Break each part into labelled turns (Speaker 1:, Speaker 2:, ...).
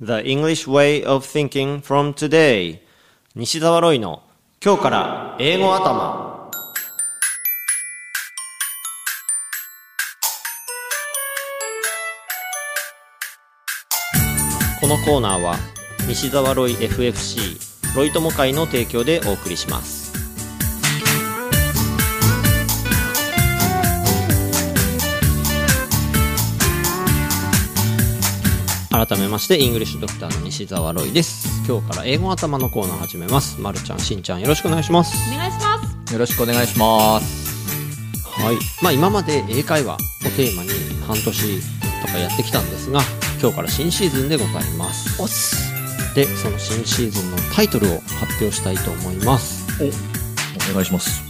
Speaker 1: The English Way of Thinking from Today 西澤ロイの今日から英語頭このコーナーは西澤ロイ FFC ロイ友会の提供でお送りします改めましてイングリッシュドクターの西澤ロイです今日から英語頭のコーナー始めますまるちゃんしんちゃんよろしくお願いします
Speaker 2: お願いします
Speaker 3: よろしくお願いします。
Speaker 1: はいまあ、今まで英会話をテーマに半年とかやってきたんですが今日から新シーズンでございますでその新シーズンのタイトルを発表したいと思います
Speaker 3: お願いします。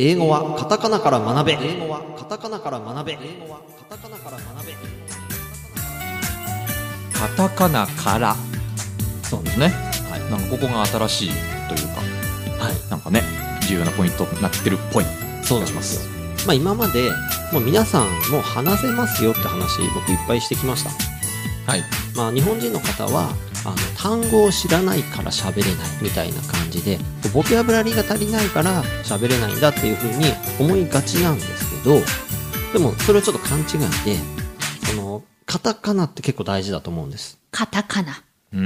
Speaker 1: 英語はカタカナから学べ英語はカタカナから学べ英語はカタカナから学べ
Speaker 3: カタカナから
Speaker 1: そうで
Speaker 3: ですす
Speaker 1: ね
Speaker 3: ね。
Speaker 1: はい、
Speaker 3: なんかここが新しいというか、
Speaker 1: はい、
Speaker 3: なんかね、重要なポイントになってるっぽい。
Speaker 1: そうなんですよまあ今までもう皆さんもう話せますよって話僕いっぱいしてきました
Speaker 3: はい。
Speaker 1: まあ、日本人の方はあの単語を知らないから喋れないみたいな感じでボキャブラリーが足りないから喋れないんだっていうふうに思いがちなんですけどでもそれをちょっと勘違いでそのカタカナって結構大事だと思うんです。
Speaker 2: カタカナ
Speaker 3: うー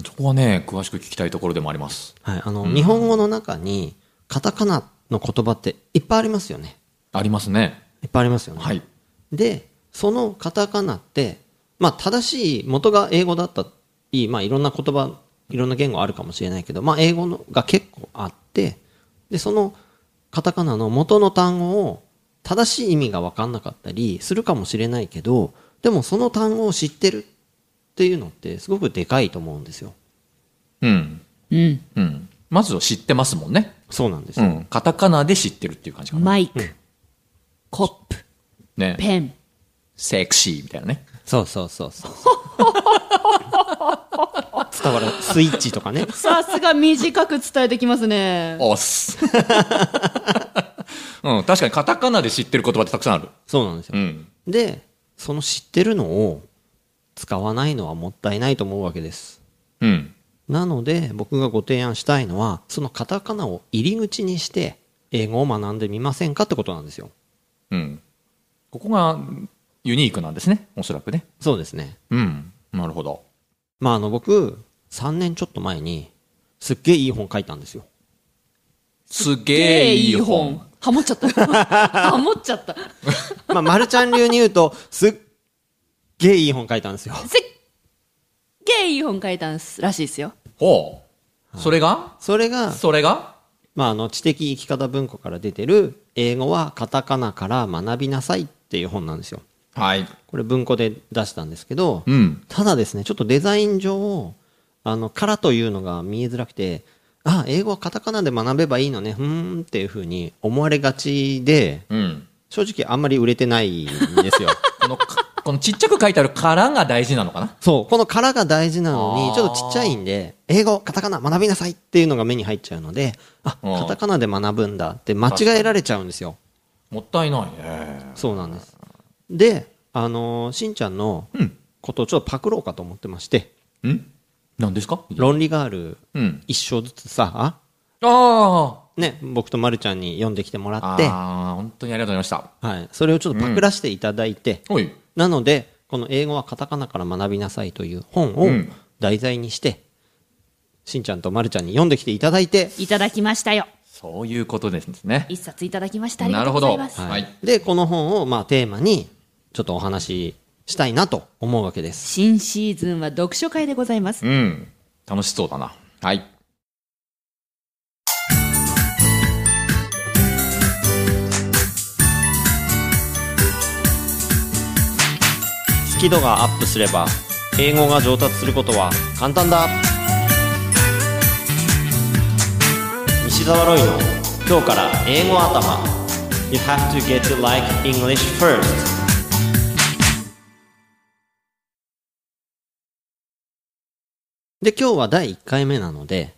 Speaker 3: ん、そこはね、詳しく聞きたいところでもあります。
Speaker 1: はい、あの、日本語の中にカタカナの言葉っていっぱいありますよね。
Speaker 3: ありますね。
Speaker 1: いっぱいありますよね。
Speaker 3: はい。
Speaker 1: で、そのカタカナって、まあ正しい元が英語だったり、まあいろんな言葉、いろんな言語あるかもしれないけど、まあ英語のが結構あって、で、そのカタカナの元の単語を正しい意味が分かんなかったりするかもしれないけど、でもその単語を知ってるっていうのってすごくでかいと思うんですよ。
Speaker 3: うん。
Speaker 2: うん
Speaker 3: うん。まずは知ってますもんね。
Speaker 1: そうなんです
Speaker 3: う
Speaker 1: よ。
Speaker 3: ん。カタカナで知ってるっていう感じかな。
Speaker 2: マイク、コップ
Speaker 3: ね。
Speaker 2: ペン
Speaker 3: セクシーみたいなね。
Speaker 1: そうそうそうそう。伝わる。スイッチとかね。
Speaker 2: さすが短く伝えてきますね
Speaker 3: おっ す。うん、確かにカタカナで知ってる言葉ってたくさんある。
Speaker 1: そうなんですよ。
Speaker 3: うん。
Speaker 1: で、その知ってるのを使わないのはもったいないと思うわけです。
Speaker 3: うん。
Speaker 1: なので、僕がご提案したいのは、そのカタカナを入り口にして、英語を学んでみませんかってことなんですよ。
Speaker 3: うん。ここがユニークなんですね。おそらくね。
Speaker 1: そうですね。
Speaker 3: うん。なるほど。
Speaker 1: まあ、あの、僕、3年ちょっと前に、すっげえいい本書いたんですよ。
Speaker 3: すげえいい本。
Speaker 2: ハモっちゃった ハモっちゃった
Speaker 1: まあ、まるちゃん流に言うと、すっげえいい本書いたんですよ。
Speaker 2: せっげえいい本書いたんすらしいですよ
Speaker 3: ほう。それが
Speaker 1: それが、
Speaker 3: それが
Speaker 1: まあ、あの、知的生き方文庫から出てる、英語はカタカナから学びなさいっていう本なんですよ。
Speaker 3: はい。
Speaker 1: これ文庫で出したんですけど、
Speaker 3: うん。
Speaker 1: ただですね、ちょっとデザイン上、あの、からというのが見えづらくて、あ、英語はカタカナで学べばいいのね、ふーんっていうふうに思われがちで、
Speaker 3: うん。
Speaker 1: 正直あんまり売れてないんですよ。
Speaker 3: この、 かこのちっちゃく書いてあるからが大事なのかな
Speaker 1: そう、このからが大事なの
Speaker 3: あ
Speaker 1: に、
Speaker 3: ー
Speaker 1: ちょっとちっちゃいんで、英語、カタカナ学びなさいっていうのが目に入っちゃうので、あ、
Speaker 3: うん
Speaker 1: カタカナで学ぶんだって間違えられちゃうんですよ。
Speaker 3: もったいないね。
Speaker 1: そうなんです。で、あのーしんちゃんのことをちょっとパクろうかと思ってまして、
Speaker 3: ん何ですか
Speaker 1: 論理ガール
Speaker 3: うん。
Speaker 1: 一章ずつさ、
Speaker 3: あ
Speaker 1: ね、僕とまるちゃんに読んできてもら
Speaker 3: あ。
Speaker 1: って、
Speaker 3: ああ、本当にありがとうございまし
Speaker 1: はい、それをちょっとパクらせていただいて、
Speaker 3: た。おい。
Speaker 1: なので、この英語はカタカナから学びなさいという本
Speaker 3: う
Speaker 1: を
Speaker 3: ん
Speaker 1: 題材にして、しんちゃんとまるちゃんに読んできていただいて、
Speaker 2: いただきましたよ
Speaker 3: そういうことですね。
Speaker 2: 一冊いただきましたありがとうございます、
Speaker 3: なるほど
Speaker 1: は
Speaker 3: はいい
Speaker 1: で、この本をまあテーマに、ちょっとお話ししたいなと思うわけです。
Speaker 2: 新シーズンは読書会でございます
Speaker 3: うん。楽しそうだな。はい。
Speaker 1: スキドがアップすれば、英語が上達することは簡単だ西澤ロイの今日から英語頭 You have to get to like English first で今日は第1回目なので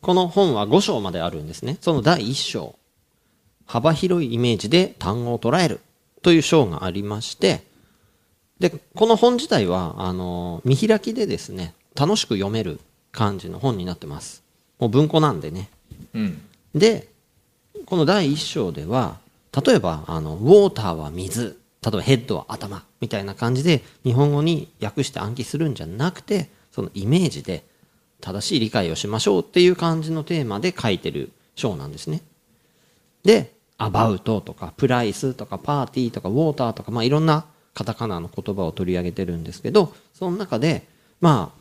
Speaker 1: この本は5章まであるんですねその第1章幅広いイメージで単語を捉えるという章がありましてで、この本自体は、あの、見開きでですね、楽しく読める感じの本になってます。もう文庫なんでね。
Speaker 3: うん。
Speaker 1: で、この第一章では、例えば、あの、ウォーターは水、例えばヘッドは頭、みたいな感じで、日本語に訳して暗記するんじゃなくて、そのイメージで正しい理解をしましょうっていう感じのテーマで書いてる章なんですね。で、アバウトとか、プライスとか、パーティーとか、ウォーターとか、まあいろんなカタカナの言葉を取り上げてるんですけど、その中で、まあ、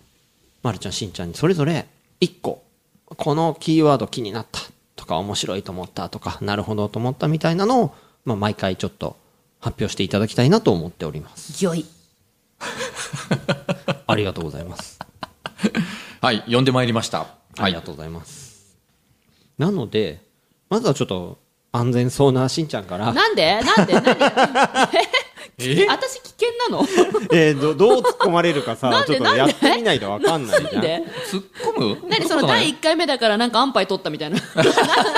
Speaker 1: まるちゃん、しんちゃんにそれぞれ1個、このキーワード気になったとか、面白いと思ったとか、なるほどと思ったみたいなのを、まあ毎回ちょっと発表していただきたいなと思っており ます。
Speaker 2: よい。
Speaker 1: ありがとうございます。
Speaker 3: はい、呼んでまいりました。
Speaker 1: ありがとうございます。なので、まずはちょっと安全そうなしんちゃんから、
Speaker 2: なんでなんで何
Speaker 3: え
Speaker 2: 私危険なの
Speaker 1: えーど どう突っ込まれるかさ
Speaker 2: な、ん
Speaker 1: ちょ
Speaker 2: で
Speaker 1: っとやってみないとわかんないじ
Speaker 2: な
Speaker 1: ゃ
Speaker 2: ん
Speaker 1: ん。
Speaker 2: で
Speaker 3: 突っ込む
Speaker 2: 何その第一回目だからなんか安牌取ったみたい な。な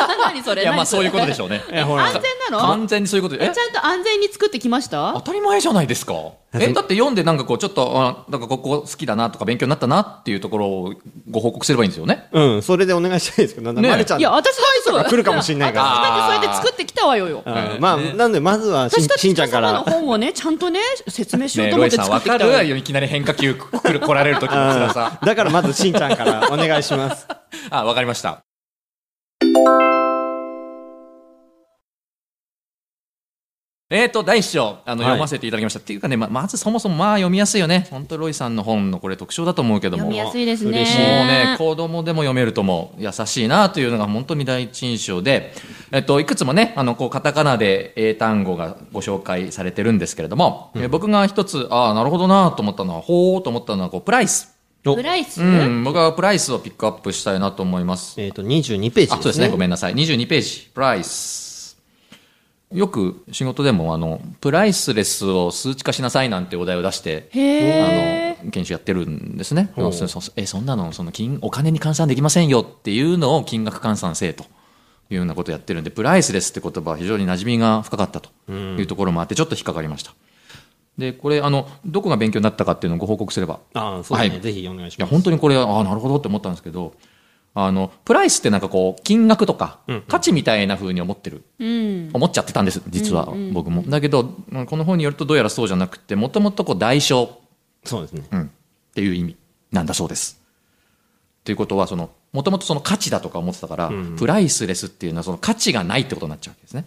Speaker 2: な何それ
Speaker 3: いや、まあ
Speaker 2: 何
Speaker 3: そういうことでし
Speaker 2: ょ。
Speaker 3: ょうね。
Speaker 1: えほら
Speaker 2: 安全なの
Speaker 3: 完全にそういうことで。え
Speaker 2: ちゃんと安全に作ってきました
Speaker 3: 当たり前じゃないですか。え、だって読んでなんかこう、ちょっと、あなんかここ好きだなとか勉強になったなっていうところをご報告すればいいんですよね。
Speaker 1: うん、それでお願いしたいですけど、なんだ、
Speaker 3: ね
Speaker 1: まるちゃん
Speaker 2: いや、私大丈夫。
Speaker 1: 来るかもしんないから
Speaker 2: 私だってそうやって作ってきたわよよ。
Speaker 1: うんまあ、なんで、まずはしん
Speaker 2: 私だって
Speaker 1: しんちゃ
Speaker 2: 人
Speaker 1: んか
Speaker 2: 様
Speaker 1: ら。
Speaker 2: の本をね、ちゃんとね、説明しよう
Speaker 3: ね
Speaker 2: と
Speaker 3: ロ
Speaker 2: 思っ
Speaker 3: イ
Speaker 2: て
Speaker 3: さん
Speaker 2: 作
Speaker 3: わ
Speaker 2: ってき
Speaker 3: か
Speaker 2: たわよ。
Speaker 3: るいきなり変化球来る、来られるときの 辛さ。
Speaker 1: だからまずしんちゃんからお願いし ます。
Speaker 3: あ、わかりました。えーと、第一章、あの、
Speaker 1: はい
Speaker 3: 読ませていただきました。っていうかね、ま、まずそもそもまあ読みやすいよね。本当ロイさんの本のこれ特徴だと思うけども。
Speaker 2: 読みやすいですね。
Speaker 1: 嬉しい
Speaker 3: もうね、子供でも読めるとも優しいなというのが本当に第一印象で、えっと、いくつもね、あの、こう、カタカナで英単語がご紹介されてるんですけれども、え僕が一つ、ああ、なるほどなと思ったのは、ほうと思ったのは、こう、プライス。
Speaker 1: お
Speaker 2: プライス、
Speaker 3: うん、僕はプライスをピックアップしたいなと思います。
Speaker 1: えっ、と、22ページですね。
Speaker 3: あ、そうですね。ごめんなさい。22ページ。プライス。よく仕事でも、あの、プライスレスを数値化しなさいなんてお題を出して、
Speaker 2: へ
Speaker 3: あの、研修やってるんですね。
Speaker 1: ほう
Speaker 3: そそえ、そんなの、その金、お金に換算できませんよっていうのを金額換算せえと。いうようなことをやってるんで、プライスレスって言葉は非常に馴染みが深かったというところもあって、ちょっと引っかかりました。で、これ、あの、どこが勉強になったかっていうのをご報告すれば
Speaker 1: あそうですね、
Speaker 3: はい
Speaker 1: ぜひお願いし
Speaker 3: いや
Speaker 1: ます。
Speaker 3: 本当にこれああなるほどって思ったんですけどあのプライスってなんかこう金額とか価値みたいな風に思ってる、
Speaker 2: うん。
Speaker 3: 思っちゃってたんです実は僕も、だけどうんこの本によるとどうやらそうじゃなくてもともとこう代償、
Speaker 1: そうですね。
Speaker 3: うんっていう意味なんだそうです。ということはそのもともとその価値だとか思ってたから、プライスレスっていうのはその価値がないってことになっちゃうわけですね。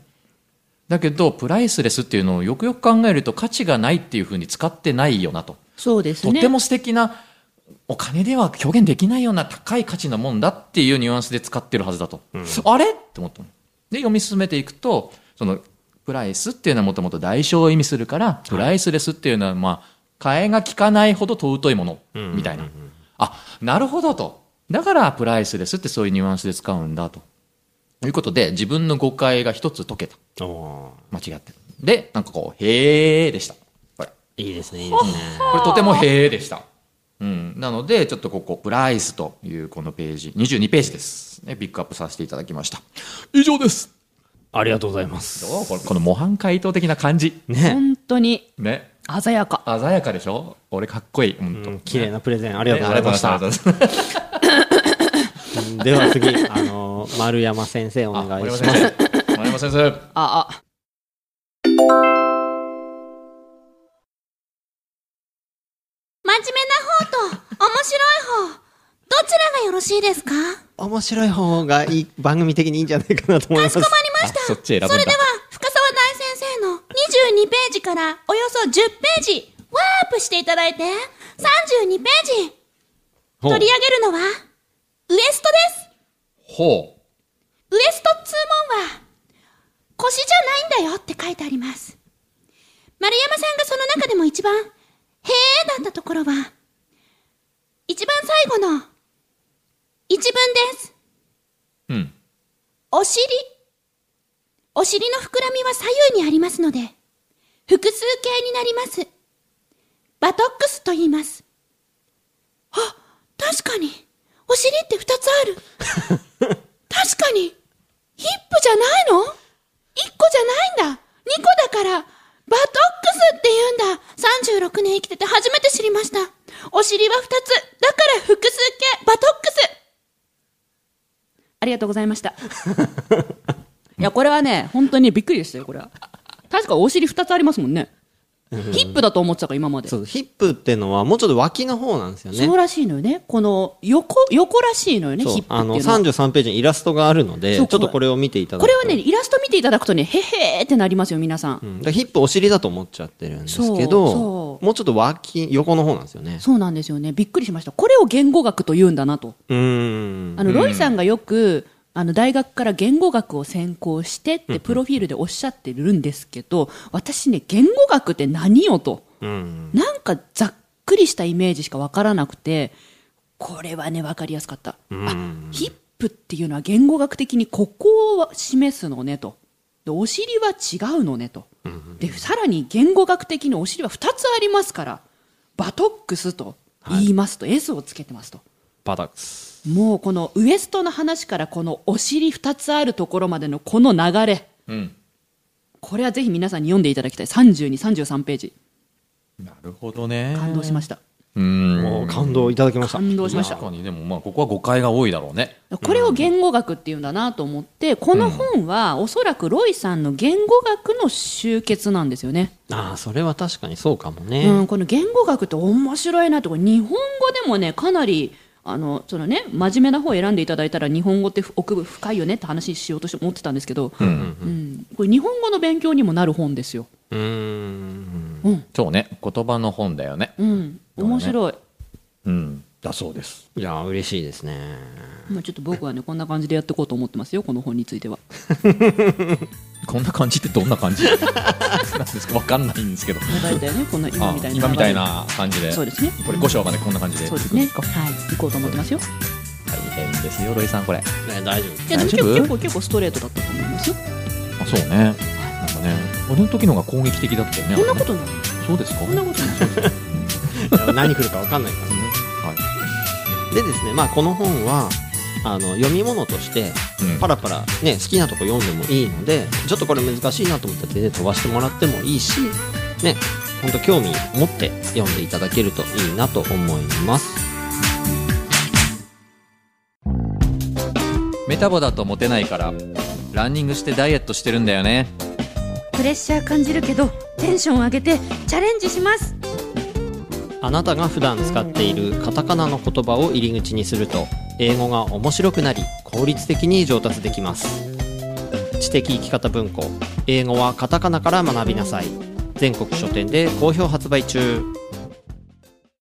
Speaker 3: だけどプライスレスっていうのをよくよく考えると価値がないっていう風に使ってないよなと。
Speaker 2: そうです
Speaker 3: と
Speaker 2: ね。
Speaker 3: ても素敵なお金では表現できないような高い価値なもんだっていうニュアンスで使ってるはずだと、あれって思ったので読み進めていくとそのプライスっていうのはもともと代償を意味するからプライスレスっていうのはまあ替えが利かないほど尊いものみたいな、あなるほどとだからプライスレスってそういうニュアンスで使うんだということで自分の誤解が一つ解けた
Speaker 1: お
Speaker 3: 間違ってるでなんかこう「へーでしたこれ
Speaker 1: ーいいですね、いいですね。
Speaker 3: これとてもへえでした。うん、なので、ちょっとここ、プライスというこのページ、22ページです。ね、ピックアップさせていただきました。以上です。
Speaker 1: ありがとうございます。
Speaker 3: どうこれこの模範解答的な感じ。
Speaker 1: ね。
Speaker 2: 本当に
Speaker 3: ね。
Speaker 2: 鮮やか。
Speaker 3: 鮮やかでしょ俺かっこいい。ほん
Speaker 1: う
Speaker 3: と
Speaker 1: ん綺麗なプレゼンあり
Speaker 3: ね
Speaker 1: がとうございまし
Speaker 3: あ
Speaker 1: た。
Speaker 3: りがとうございました
Speaker 1: うんでは次、あのー丸山先生お
Speaker 3: あ
Speaker 1: 願い
Speaker 3: 丸
Speaker 1: しま
Speaker 3: 山
Speaker 1: す。
Speaker 3: 先生。丸山先生。
Speaker 2: あ、あ。
Speaker 4: 真面目な方と面白い方、どちらがよろしいですか
Speaker 1: 面白い方がいい、番組的にいいんじゃないかなと思います。
Speaker 4: 困りま
Speaker 3: あ
Speaker 4: した。
Speaker 3: そっち選ぶんだ
Speaker 4: それでは、深沢大先生の22ページからおよそ10ページ、ワープしていただいて、32ページ、
Speaker 1: ほう
Speaker 4: 取り上げるのは、ウエストです。
Speaker 3: ほ
Speaker 4: ウエスト通問は、腰じゃないんだよって書いてあります。丸山さんがその中でも一番、へえだったところは、一番最後の、一文です。
Speaker 3: う。うん。
Speaker 4: お尻。お尻の膨らみは左右にありますので、複数形になります。バトックスと言います。あ、確かに。お尻って二つある。確かに。ヒップじゃないの一個じゃないんだ。二個だから、バトックスって言うんだ !36 年生きてて初めて知りました。お尻は2つ。だから複数形、バトックス
Speaker 2: ありがとうございました。 いや、これはね、本当にびっくりでしたよ、これは。確かお尻二つありますもんね。ヒップだと思ってたから、今まで。
Speaker 1: そ
Speaker 2: そう
Speaker 1: ヒップってのはもうちょっと脇の方なんですよね
Speaker 2: うらしいのよね。この、横、横らしいのよね、
Speaker 1: そう
Speaker 2: ヒップ
Speaker 1: あ
Speaker 2: っ
Speaker 1: の
Speaker 2: ていうのは。
Speaker 1: 33ページにイラストがあるのでち
Speaker 2: そ
Speaker 1: ょ
Speaker 2: う
Speaker 1: っとこれを見ていただくと
Speaker 2: これはね、イラスト見ていただくとね、へへーってなりますよ、皆さん。
Speaker 1: うん、だからヒップお尻だと思っちゃってるんですけ
Speaker 2: そう
Speaker 1: ど
Speaker 2: そう
Speaker 1: もうちょっと脇横の方なんですよね
Speaker 2: そうなんですよね。びっくりしました。これを言語学と言うんだなと。
Speaker 1: うーん
Speaker 2: あの、ロイさんがよく、あの、大学から言語学を専攻してって、プロフィールでおっしゃってるんですけど、私ね、言語学って何よと。
Speaker 1: うん
Speaker 2: なんかざっくりしたイメージしかわからなくて、これはね、わかりやすかった。
Speaker 1: うん
Speaker 2: あ、ヒップっていうのは言語学的にここを示すのねと。で、お尻は違うのねと。で、さらに言語学的にお尻は2つありますから、バトックスと言いますと、S をつけてますと。
Speaker 1: バタックス
Speaker 2: もうこのウエストの話からこのお尻2つあるところまでのこの流れ。
Speaker 3: うん。
Speaker 2: これはぜひ皆さんに読んでいただきたい。32、33ページ。
Speaker 3: なるほどね。
Speaker 2: 感動しました。
Speaker 3: うん。
Speaker 1: もう感動いただきました
Speaker 2: 感動しました
Speaker 3: 確。かに、でもまあ、ここは誤解が多いだろうね。
Speaker 2: これを言語学っていうんだなと思って、この本はおそらくロイさんの言語学の集結なんですよね。
Speaker 1: ああそれは確かにそうかもね、
Speaker 2: うん、この言語学って面白いなとこれ日本語でもねかなりあのそのね真面目な方を選んでいただいたら日本語って奥深いよねって話しようとして思ってたんですけど、うんこれ日本語の勉強にもなる本ですよ。
Speaker 1: うーん
Speaker 3: そうね。言葉の本だよね。
Speaker 2: うん、面白い。
Speaker 3: うん。だそうです。
Speaker 1: いやー嬉しいですね
Speaker 2: まあちょっと僕はねこんな感じでやっていこうと思ってますよこの本については。
Speaker 3: こんな感じってどんな感じなんですかわかんないんですけど。
Speaker 2: だいたいねこんな今
Speaker 3: あ
Speaker 2: みたいな。
Speaker 3: 今みたい。な感じで。
Speaker 2: そうですね。
Speaker 3: これ5章までこんな感じで。
Speaker 2: そうですね。はい、行こうと思ってますよ。
Speaker 3: 大変ですよ、ロイさん、これ。
Speaker 1: ね大丈夫
Speaker 2: いやでも
Speaker 3: 大丈夫
Speaker 2: 結構結構ストレートだったと思いますよ。
Speaker 3: あそうね。なんかね、俺の時の方が攻撃的だったよね。
Speaker 2: こんなことない。
Speaker 3: そうですか。
Speaker 2: こんなことない。
Speaker 1: 何来るか分かんないか
Speaker 3: はい。
Speaker 1: らでですねまあこの本はあの読み物として
Speaker 3: うん
Speaker 1: パラパラ、ね、好きなとこ読んでもいいのでちょっとこれ難しいなと思ったら全然飛ばしてもらってもいいしね本当興味持って読んでいただけるといいなと思います
Speaker 3: メタボだとモテないから、ランニングしてダイエットしてるんだよね。
Speaker 4: プレッシャー感じるけどテンション上げてチャレンジします
Speaker 1: あなたが普段使っているカタカナの言葉を入り口にすると英語が面白くなり効率的に上達できます知的生き方文庫英語はカタカナから学びなさい全国書店で好評発売中